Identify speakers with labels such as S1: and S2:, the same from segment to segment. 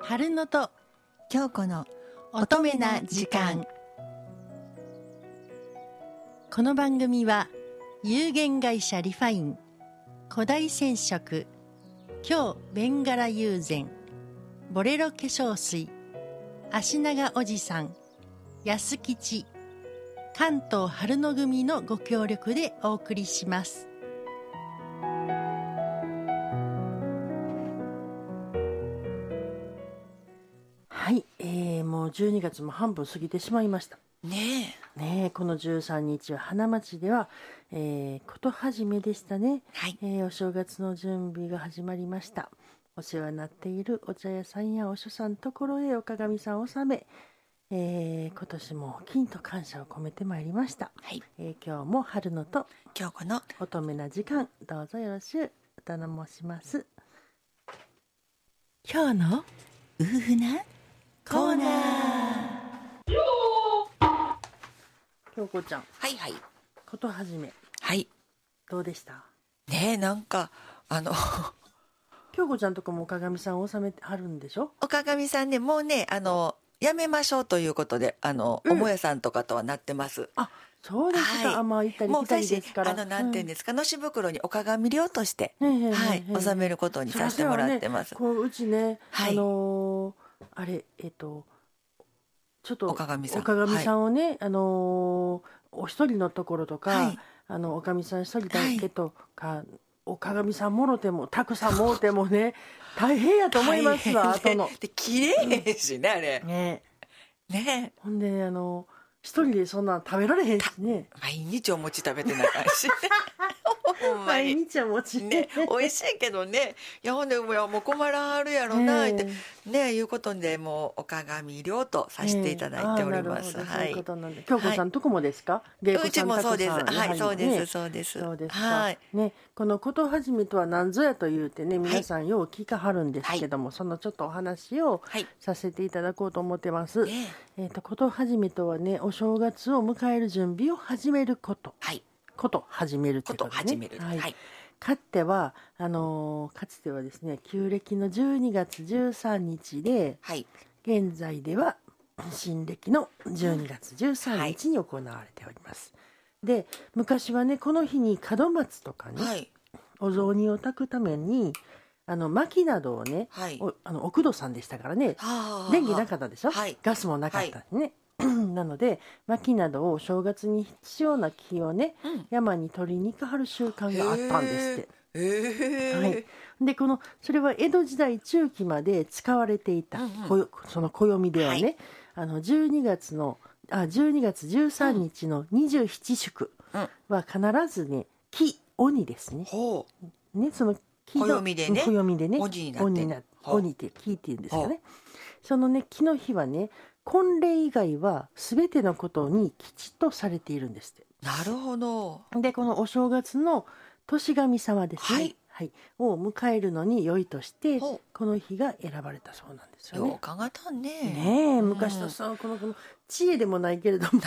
S1: 春野と
S2: 京子の
S1: 乙女な時間この番組は有限会社リファイン古代染色京ベンガラ友禅ボレロ化粧水足長おじさん安吉関東春野組のご協力でお送りしますはい、えー、もう12月も半分過ぎてしまいました
S2: ね
S1: ねえこの13日は花町では、えー、こと始めでしたね、
S2: えはい
S1: えーお正月の準備が始まりましたお世話になっているお茶屋さんやお書さんところへお鏡さんを納め、えー今年も金と感謝を込めてまいりました、
S2: はい
S1: えー今日も春野と
S2: 京子の
S1: 乙女な時間どうぞよろしゅうお頼申します今日の
S2: 夫婦なコーナー
S1: 京子ちゃん
S2: はいはい
S1: こと始め
S2: はい
S1: どうでした
S2: ねえなんかあの
S1: 京子ちゃんとこもお鏡さんを納めてはるんでしょ
S2: おかがみさんねもうねあのやめましょうということであの、
S1: うん
S2: おもやさんとかとはなってます
S1: あそうですか、
S2: はい
S1: あまあ行ったり
S2: もう
S1: 来たり
S2: 私
S1: ですか
S2: あ
S1: ら
S2: のなんていうんですか、のし袋におかがみ料として、
S1: うんねえねえねえ
S2: はい
S1: ねえ
S2: 納めることにさせてもらってま
S1: そ
S2: す、
S1: らそらね、こううちね、
S2: はい
S1: あのーあれえっ、とちょっと
S2: お鏡さん
S1: お鏡さんをね、あのーお一人のところとか、
S2: はい
S1: あのおかみさん一人だけとか、おかがみさんもろてもたくさんもろても ね大変やと思いますわ
S2: 大変
S1: 後の
S2: で。 で綺麗やしねあれ
S1: ね
S2: ね
S1: ほんでねあの一人でそんなん食べられへんしね
S2: え毎日お餅食べてなあかん しほんま
S1: 毎
S2: に。
S1: 日はもち
S2: ね、美味しいけどねいやほんでもうもう困らはるやろな
S1: ね
S2: っ
S1: え
S2: て、ねいうことでもうお鏡料とさせていただいております、
S1: ええああなるほど
S2: は
S1: そういう
S2: い
S1: ことなんだ京子さんとこもですか、芸
S2: う
S1: 妓
S2: ち
S1: さん
S2: もそうです
S1: たくさん
S2: はいそうです、
S1: ね
S2: そうです
S1: そうですか
S2: はい
S1: ね、この「ことはじめ」とは何ぞやというてね
S2: い
S1: 皆さんよう聞かはるんですけども、そのちょっとお話を
S2: はい
S1: させていただこうと思ってます。
S2: ねえ
S1: えっ、と「ことはじめ」とはねお正月を迎える準備を始めること
S2: はい
S1: こと始めると
S2: こ
S1: いう
S2: と
S1: こと、ね、
S2: を始めるはい、
S1: かつてはあのーかつてはですね旧暦の12月13日で、
S2: はい
S1: 現在では新暦の12月13日に行われております、で昔はねこの日に門松とかね、
S2: はい
S1: お雑煮を炊くためにあの薪などをね
S2: はい
S1: おあの奥戸さんでしたからね
S2: はあ
S1: 電気なかったでしょ、
S2: はい
S1: ガスもなかったしね、 なので薪などを正月に必要な木をね
S2: うん
S1: 山に取りに行かはる習慣があったんですって
S2: へえ
S1: はいでこのそれは江戸時代中期まで使われていた、
S2: うんうん
S1: こよその暦ではね、
S2: は
S1: あの12月のあ12月13日の二十七宿
S2: うん
S1: は必ずね「木鬼」ですね。
S2: ほう
S1: ねその木の
S2: 暦でね
S1: 暦でね
S2: 鬼になって
S1: 鬼な
S2: ほう
S1: 鬼って木って言うんですよね。そのね木の日はね婚礼以外は全てのことに吉とされているんですって。
S2: なるほど
S1: でこのお正月の年神様ですね、
S2: は
S1: はいいを迎えるのに良いとして
S2: ほ
S1: この日が選ばれたそうなんです
S2: う
S1: よ
S2: よう
S1: ね。
S2: 考えたんね
S1: ねえ昔のさ、このこの知恵でもないけれども
S2: なん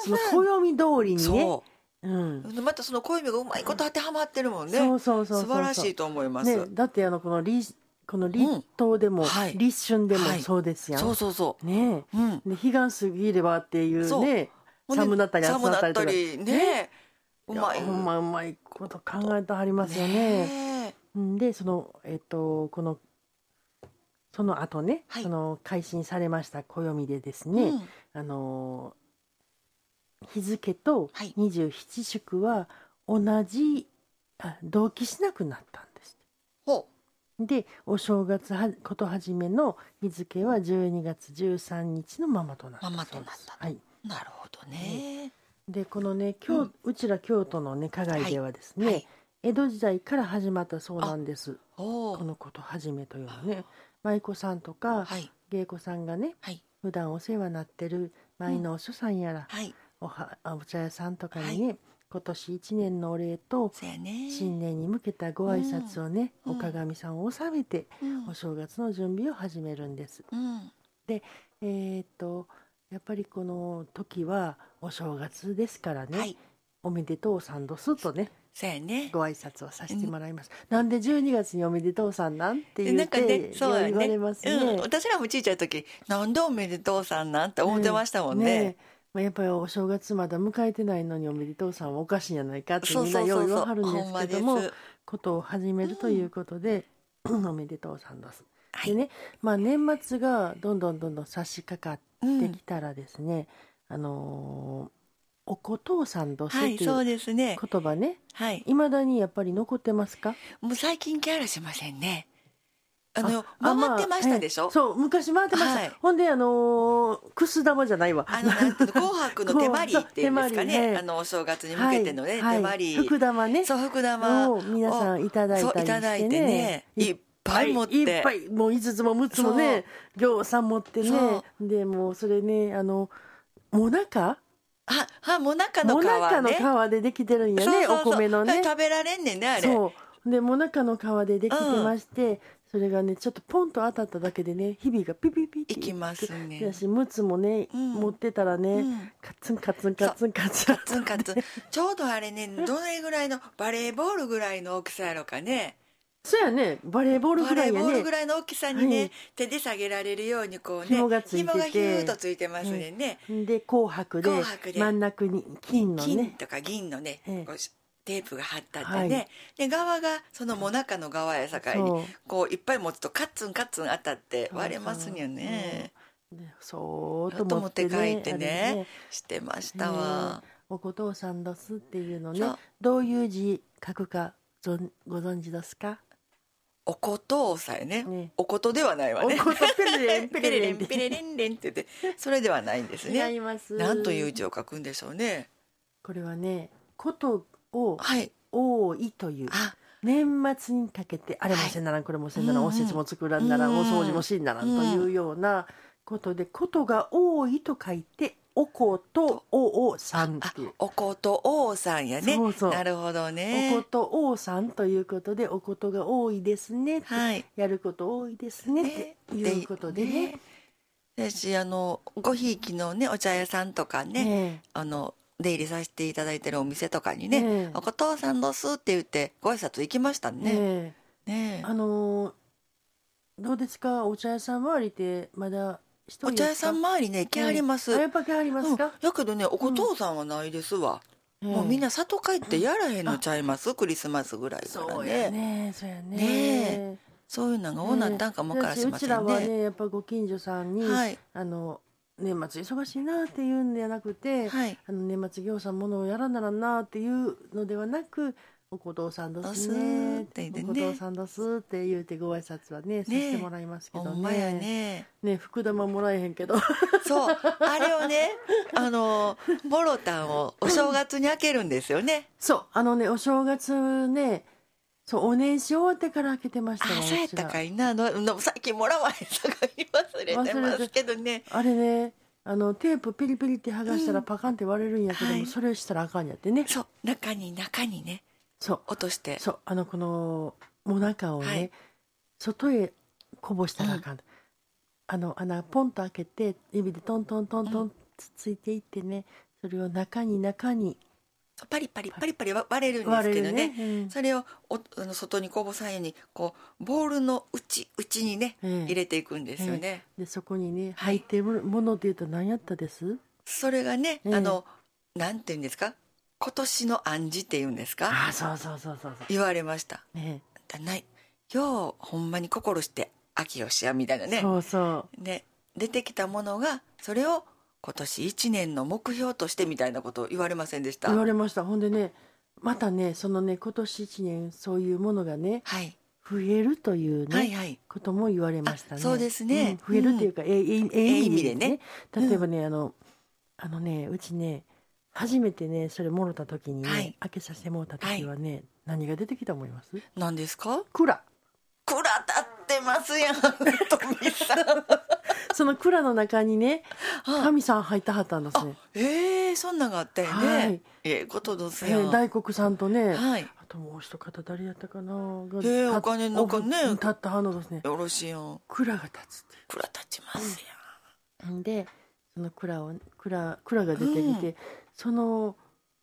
S1: その暦通りにね、
S2: そう
S1: ん、
S2: うまたその小指がうまいこと当てはまってるもんね
S1: そうそうそうそう
S2: 素晴らしいと思います、
S1: ね、だってあのこの立この立冬でも、
S2: うんはい
S1: 立春でも
S2: はい
S1: そうですやん。
S2: そうそうそ
S1: ね
S2: ううん
S1: えで彼岸過ぎればっていう
S2: そう
S1: ね
S2: ほんで
S1: 寒なったり暑な
S2: 寒な
S1: っ
S2: ったた
S1: り
S2: り
S1: とか
S2: ねうまい
S1: ほんまうまいこと考えてはりますよね
S2: ねえ
S1: うんでそのえっとこのその後ね、
S2: はい
S1: その改新されました暦でです
S2: う
S1: ね、
S2: ん
S1: あのー日付と
S2: はい
S1: 二十七宿は同じ、あ同期しなくなったんです。
S2: ほ
S1: でお正月はことはじめの日付は12月13日のままとなった
S2: まま
S1: そ
S2: と
S1: う
S2: なっ
S1: で
S2: た
S1: す。はい、
S2: うなるほどね
S1: でこのね京、
S2: う
S1: うちら京都のね加害ではですね、
S2: はい
S1: 江戸時代から始まったそうなんです。
S2: ほ
S1: こ
S2: う
S1: のことはじめというのね舞妓さんとか
S2: はい
S1: 芸妓さんがね
S2: はい
S1: 普段お世話になってる舞のお師匠さんやら、
S2: はい
S1: おはあお茶屋さんとかにね、今年一年のお礼と
S2: そうやね
S1: 新年に向けたご挨拶をね、
S2: うん
S1: お鏡さんを納めて、
S2: うん
S1: お正月の準備を始めるんです。
S2: うん
S1: えーっとやっぱりこの時はお正月ですからね、
S2: はい
S1: おめでとうさんどすとね
S2: そうやね
S1: ご挨拶をさせてもらいます。なんで12月におめでとうさんなんって
S2: で
S1: 言
S2: な
S1: っ
S2: んか
S1: て、
S2: ねそうや
S1: 言わ
S2: ね
S1: れますね。
S2: うん、私らもちいちゃい時なんでおめでとうさんなんて思ってましたもん
S1: え
S2: ね
S1: まあ、やっぱりお正月まだ迎えてないのにおめでとうさんはおかしいんじゃないかって
S2: そう
S1: みんな
S2: そう
S1: よ
S2: そうう
S1: 言
S2: そう
S1: わはるんで
S2: ほん
S1: す
S2: ま
S1: け
S2: です
S1: どもことを始めるということで、おめでとうさんです。
S2: はい
S1: でね、まあ、年末がどんどんどんどん差し掛か
S2: う
S1: って
S2: ん
S1: きたらですね、あのーおことうさんどす
S2: はい
S1: とい
S2: そううですね
S1: 言葉ね
S2: はい
S1: いまだにやっぱり残ってますか
S2: もう最近キャラしませんねあの
S1: あ
S2: 回ってましたでし
S1: あえ
S2: ょ
S1: えそう昔回ってました、
S2: はい
S1: ほんであのーくす玉じゃないわ
S2: あのなんていうの紅白の手まりっていうんです
S1: そ
S2: か
S1: う手まり
S2: ね
S1: ね
S2: あのお正月に向けてのね、手まり、
S1: 福玉ね
S2: そう福玉
S1: を皆さんいただい
S2: そう
S1: た
S2: い
S1: り
S2: ただ
S1: して
S2: いて
S1: ね
S2: ねいっぱい持って、
S1: いっぱいもう5つも6つもね行さん持ってね
S2: そ
S1: でもうそれねあのもなか
S2: ああもなかの
S1: も
S2: 皮ね
S1: なかの皮でできてるんやねお米のね
S2: 食べられんねんねあれ
S1: そうでもなかの皮でできてまして、それがねちょっとポンと当たっただけでね日々がピピピって
S2: いきますね
S1: だし6つもね、
S2: うん
S1: 持ってたらね、
S2: うん
S1: カツンカツンカツンカツン
S2: カツンカツンちょうどあれねどれぐらいのバレーボールぐらいの大きさやろかね
S1: そうやねバレーボール
S2: バ
S1: ぐら
S2: レ
S1: い
S2: ー
S1: や
S2: ボール
S1: ね
S2: ぐらいの大きさにね、
S1: はい
S2: 手で下げられるようにこうね
S1: 紐がついてて
S2: 紐がヒューッとついてますねんね、
S1: で紅白で
S2: 紅白で
S1: 真ん中に金の
S2: 金
S1: ね
S2: とか銀のね、
S1: ええ
S2: こうしテープが貼ったって
S1: はい
S2: ね、で側がそのもなかの側やさかいに
S1: そう
S2: こういっぱい持つとカッツンカッツン当たって
S1: そう
S2: 割れますんよね
S1: でそーっ
S2: ち
S1: と
S2: ょっと
S1: 持
S2: 持
S1: っ
S2: ってて
S1: ね
S2: 帰って
S1: あれ
S2: ねしてましたわ、
S1: お小父さんどすっていうのね
S2: そう
S1: どういう字書くかぞんご存知ですか
S2: おことさえね
S1: ね
S2: おことではないわ
S1: お
S2: ね
S1: ことペレレン
S2: ペ
S1: ペレ
S2: レレ
S1: レ
S2: ン
S1: ン
S2: ペレレンレンって言ってそれではないんです
S1: 違
S2: ね
S1: います
S2: なんという字を書くんでしょうね
S1: これはねことを
S2: はい
S1: 多いという
S2: あ
S1: 年末にかけてあれもせんならん、これもせんならん
S2: うんう
S1: お
S2: ん
S1: せちも作らんならん、
S2: うん
S1: お掃除もしんならん、
S2: うん
S1: というようなことでことが多いと書いておことおおさんっ
S2: あ
S1: ていう。
S2: おこと王さんやね
S1: そうそう
S2: なるほど
S1: おこ
S2: ね
S1: と王さんということでおことが多いですねって、
S2: はい
S1: やること多いですねって
S2: ね
S1: いうことでね。
S2: だしあのごひいきのねお茶屋さんとかね
S1: ね
S2: あの出入りさせていただいてるお店とかにね
S1: ね
S2: 「お父さんどす」って言ってご挨拶行きました
S1: えね
S2: ね。
S1: え
S2: ねえ
S1: あのーどうですかお茶屋さん周りでまだ一人
S2: お
S1: です
S2: 茶
S1: か
S2: 屋さん周りね来はります。
S1: あ
S2: う
S1: や
S2: ん
S1: っぱりありますか、
S2: やけどねお父さんはないですわ。
S1: ええ
S2: もうみんな里帰ってやらへんのちゃいますクリスマスぐらいから
S1: そうやね
S2: ね。
S1: そうやね
S2: ねそういうのがおなったんかもわからし
S1: う
S2: ませ
S1: ちら
S2: ん
S1: は
S2: ね。
S1: ねやっぱご近所さんに、
S2: はい
S1: あの年末忙しいなっていうんじゃなくて、
S2: はい。
S1: あの年末業者ものをやらならなっていうのではなくお小父さんどすね
S2: どすって言ってね
S1: お小父さんどすって言うてご挨拶はねさせてもらいますけ
S2: ほ
S1: どね
S2: んまやね。
S1: ね福玉もらえへんけど
S2: そうあれをねあのボロタンをお正月に開けるんですよね。
S1: そうあのねお正月ねそうお年始終わってから開けてましたわ
S2: あそうや
S1: う
S2: った
S1: ちら
S2: かいなのの最近もらわへんさかい忘れてますけどね。
S1: あれねあのテープピリピリって剥がしたらパカンって割れるんやけども、
S2: はい
S1: それしたらあかんやってね
S2: そう中に中にね
S1: そう
S2: 落として
S1: そうあのこのもなかをね、
S2: はい
S1: 外へこぼしたらあかん、あの穴ポンと開けて指でトントントントンつついていってねそれを中に中に
S2: パリパリパリパリ割割れるんです
S1: 割
S2: け
S1: れ
S2: ど
S1: る
S2: ね
S1: ねうん
S2: それをおあの外にこぼさんようにこうボールの内内にね、
S1: ええ
S2: 入れていくんですよね、
S1: でそこにね
S2: は
S1: 入
S2: い
S1: ってるものっていうと何やったです
S2: それがね、
S1: ええ
S2: あのなんて言うんですか今年の暗示って言うんですか
S1: ああそうそうそうそうそ
S2: 言われました
S1: う、ね
S2: だないようほんまに心して秋をしやみたいなね
S1: そうそう
S2: ね出てきたものがそれを今年一年の目標としてみたいなことを言われませんでした
S1: 言われましたほんでねまたねそのね今年一年そういうものがね
S2: はい、
S1: 増えるというね、
S2: はいはい
S1: ことも言われましたね。
S2: あそうですね
S1: うん増えるというか、ええええ
S2: ええ
S1: 意味
S2: 意味
S1: で
S2: で
S1: ね
S2: ね。
S1: 例えばね、あのあのねうちね初めてねそれもろた時にね、
S2: はい
S1: 開けさせてもろた時はね、何が出てきたと思います？
S2: 何ですか
S1: 蔵。
S2: 蔵立ってますやん富さん
S1: その蔵の中にね神さん入ったはったんですね。
S2: ええそんなんがあったよね、
S1: はい
S2: ええことどす
S1: え
S2: やん、
S1: ー大黒さんとね、
S2: はい
S1: あともう一方誰やったかなが
S2: ええ
S1: た
S2: お金の中ね
S1: お立ったはんのですね
S2: よろしいよ
S1: 蔵が立つっていう。
S2: 蔵立ちます
S1: んでその蔵を蔵蔵が出てきて、その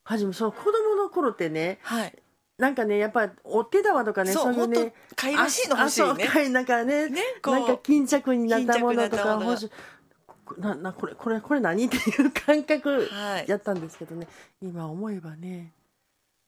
S1: 初めその子供の頃ってね
S2: やんはい
S1: なんかねやっぱお手玉とかね
S2: そう
S1: い
S2: 本
S1: ね
S2: 当買いらしいの欲しい
S1: あそう
S2: ね
S1: かいなんかね
S2: ねこう
S1: なんか巾着になったものと
S2: 巾着になった
S1: か
S2: ものが
S1: 欲しいこななこれこれこれ何っていう感覚
S2: はい
S1: やったんですけどね、今思えばね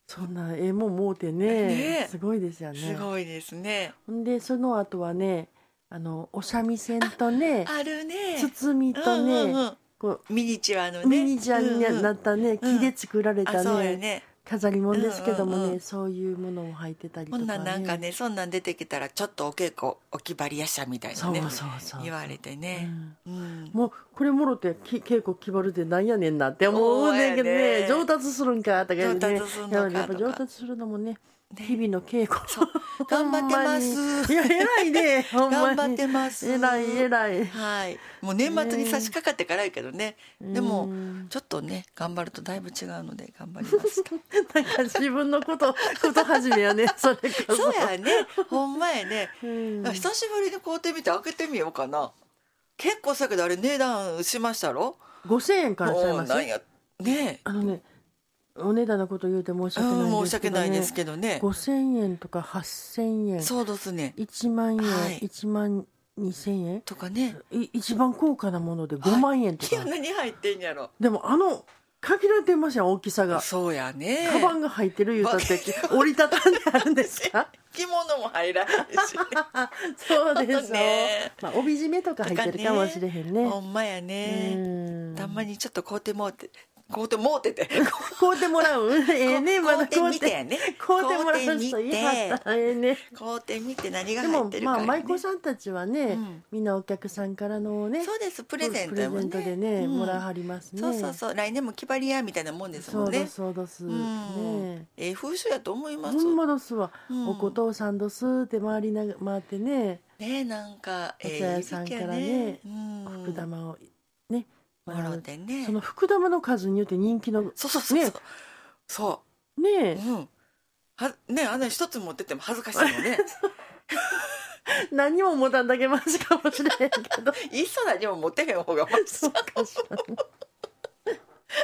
S1: そんなええもんもうてね
S2: ね
S1: すごいですよね
S2: すごいですね
S1: ほんでその後はねあのお三味線とね
S2: あるね
S1: 包みとね、
S2: うんうんうん
S1: こ
S2: ミニチュアの
S1: う
S2: ね
S1: ミニチュアにな
S2: っ
S1: ったね、
S2: うん
S1: 木で作られた
S2: あそう
S1: ね
S2: やね
S1: 飾り物ですけどもね、
S2: うんうんうん
S1: そういうものも入ってたりと
S2: こ
S1: かね
S2: んなんなんかねそんなん出てきたらちょっとお稽古お気張りやっしゃみたいな
S1: そう
S2: ね
S1: そうそう
S2: 言われて
S1: う
S2: ね、
S1: ん
S2: うん
S1: もうこれもろてき稽古決まるでなんやねんなって思うねんけど
S2: そう
S1: ね
S2: やね
S1: 上達するんかとか言うね
S2: 上達するのかとか
S1: やっぱ上達するのもね
S2: ね
S1: 日々の稽古
S2: そう頑張ってます
S1: ほんまにいや偉いねほんま
S2: 頑
S1: に
S2: 張ってます
S1: 偉い偉い
S2: はいもう年末に差し掛かってからやけどねで
S1: う
S2: も
S1: ん
S2: ちょっとね頑張るとだいぶ違うので頑張りまし
S1: な
S2: た
S1: んか自分のことこと始めやねそれ こそ
S2: そうやねほんまやね
S1: うん
S2: 久しぶりに買うてみて開けてみようかな結構さけどあれ値段しましたろ
S1: 5000円からちゃい
S2: も
S1: ま
S2: う
S1: す
S2: なんやね
S1: あのねお値段のこと言うて申し
S2: う
S1: 訳ないんですけど、ね
S2: ん申し訳ないですけどね
S1: 5000円とか8000円
S2: そうですね
S1: 1万円、
S2: はい
S1: 1万2000円
S2: とかね
S1: い一番高価なもので
S2: はい
S1: 5万円と
S2: い
S1: か、
S2: や何入ってんやろ
S1: でもあの限られてましたよ大きさが、
S2: そうやね
S1: カバンが入ってる言うたって折りたたんであるんです か
S2: 着物も入らないし
S1: そうで
S2: そう
S1: すよ、
S2: ね
S1: まあ、帯締めと か入ってるかもしれへんね
S2: ほんまやね
S1: うん
S2: たまにちょっと買うてもうて買うてもうてて
S1: 買うてもらうん ええ ねまだ
S2: 買
S1: 買
S2: う
S1: う
S2: てみてや
S1: て
S2: ね
S1: 買うてもらう
S2: 買うてみ
S1: 人
S2: て
S1: いはったええね
S2: 買うてみて何が
S1: で
S2: 入っ
S1: も
S2: てるか
S1: まあ
S2: やね
S1: 舞妓さんたちはね、
S2: うん
S1: みんなお客さんからのね
S2: そうですプレゼントやもんね
S1: プレゼントでね、
S2: うん
S1: もらわはりますね
S2: そうそうそう来年も気張りやみたいなもんですもんね
S1: そうどすそうどす、
S2: うん
S1: ね
S2: ええ風習やと思います
S1: ほんまどすわ、
S2: うん
S1: お琴さんどすって回りなが回ってね
S2: ねえなんか
S1: お茶屋さんからね
S2: 福
S1: 福玉をね、
S2: もらってね
S1: その福玉の数によって人気のね
S2: そうそうそうそう、
S1: ね
S2: そ
S1: え
S2: ううんはねあの一つ持ってっても恥ずかしいも んね
S1: 何も持たんだけマシかもしれへんけ ど
S2: いっそ何も持ってへん 方がマシ
S1: そうかしらね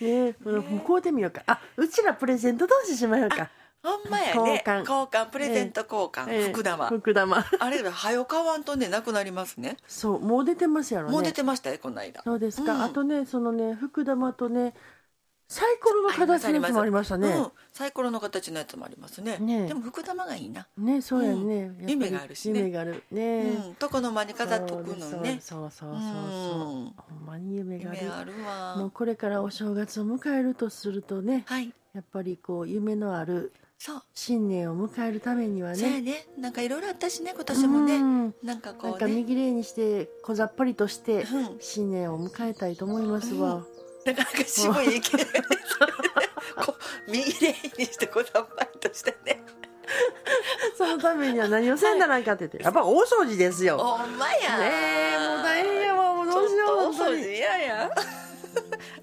S1: え、この向こうでみようかあうちらプレゼント同士しましょうか
S2: ほんまやね
S1: 交換
S2: プレゼント交換、
S1: ええ
S2: 福玉、
S1: 福玉
S2: あれだ早よ買わんとねなくなりますね
S1: そうもう出てますやろね
S2: もう出てましたよこの間
S1: そうですか、
S2: うん
S1: あとねそのね福玉とねサイコロの形のやつもありましたね
S2: うん、サイコロの形のやつもありますね
S1: ねえ
S2: でも福玉がいいな、
S1: ねそうやね、
S2: うん
S1: やっぱり
S2: 夢があるしね
S1: 夢がある
S2: う
S1: ね、
S2: ん、床の間に飾っとくのね
S1: そうそうそうそううそう、
S2: ん
S1: ほんまに夢がある
S2: 夢ある
S1: も
S2: わ
S1: うこれからお正月を迎えるとするとね
S2: はい
S1: やっぱりこう夢のある
S2: そう
S1: 新年を迎えるためには
S2: そうや
S1: ね
S2: ねなんかいろいろあったしね今年もね、
S1: うん
S2: なんかこ
S1: なん
S2: う
S1: か
S2: ね
S1: 右礼にして小ざっぱりとして
S2: うん
S1: 新年を迎えたいと思いますわ、
S2: なかなか渋い意 見ですねこう右レーンにしてこうさっぱりとしてね
S1: そのためには何をせんだなんかって言って、やっぱ大掃除ですよ
S2: ほんまや
S1: ねえもう大変やわもう
S2: ち
S1: ど
S2: ょ
S1: うしよう本当
S2: っとお掃
S1: にっ
S2: 除嫌や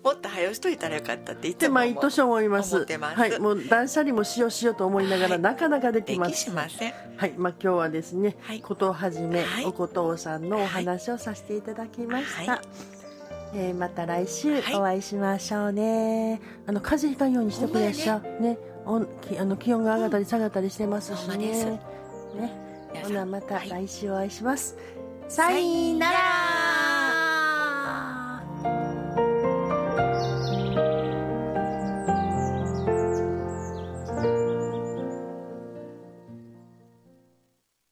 S2: もっと早押しといたらよかったってい
S1: て
S2: つも思う
S1: 毎年思います
S2: 思ってます
S1: はいもう断捨離もしようしようと思いながら、
S2: はい
S1: なかなかで
S2: で
S1: きま
S2: き
S1: す
S2: しません
S1: はいまあ今日はですね、
S2: はい
S1: ことをはじめ、
S2: はい
S1: おことさんのお話をさせていただきました、
S2: はい
S1: えーまた来週
S2: はい
S1: お会いしましょうね、あの風邪ひかんようにしてくれっしゃねおきあの気温が上がったり下がったりしてますし
S2: ほんま
S1: ね、
S2: です
S1: ね
S2: 皆
S1: ほ
S2: さ
S1: なんまた
S2: はい
S1: 来週お会いします、さいなら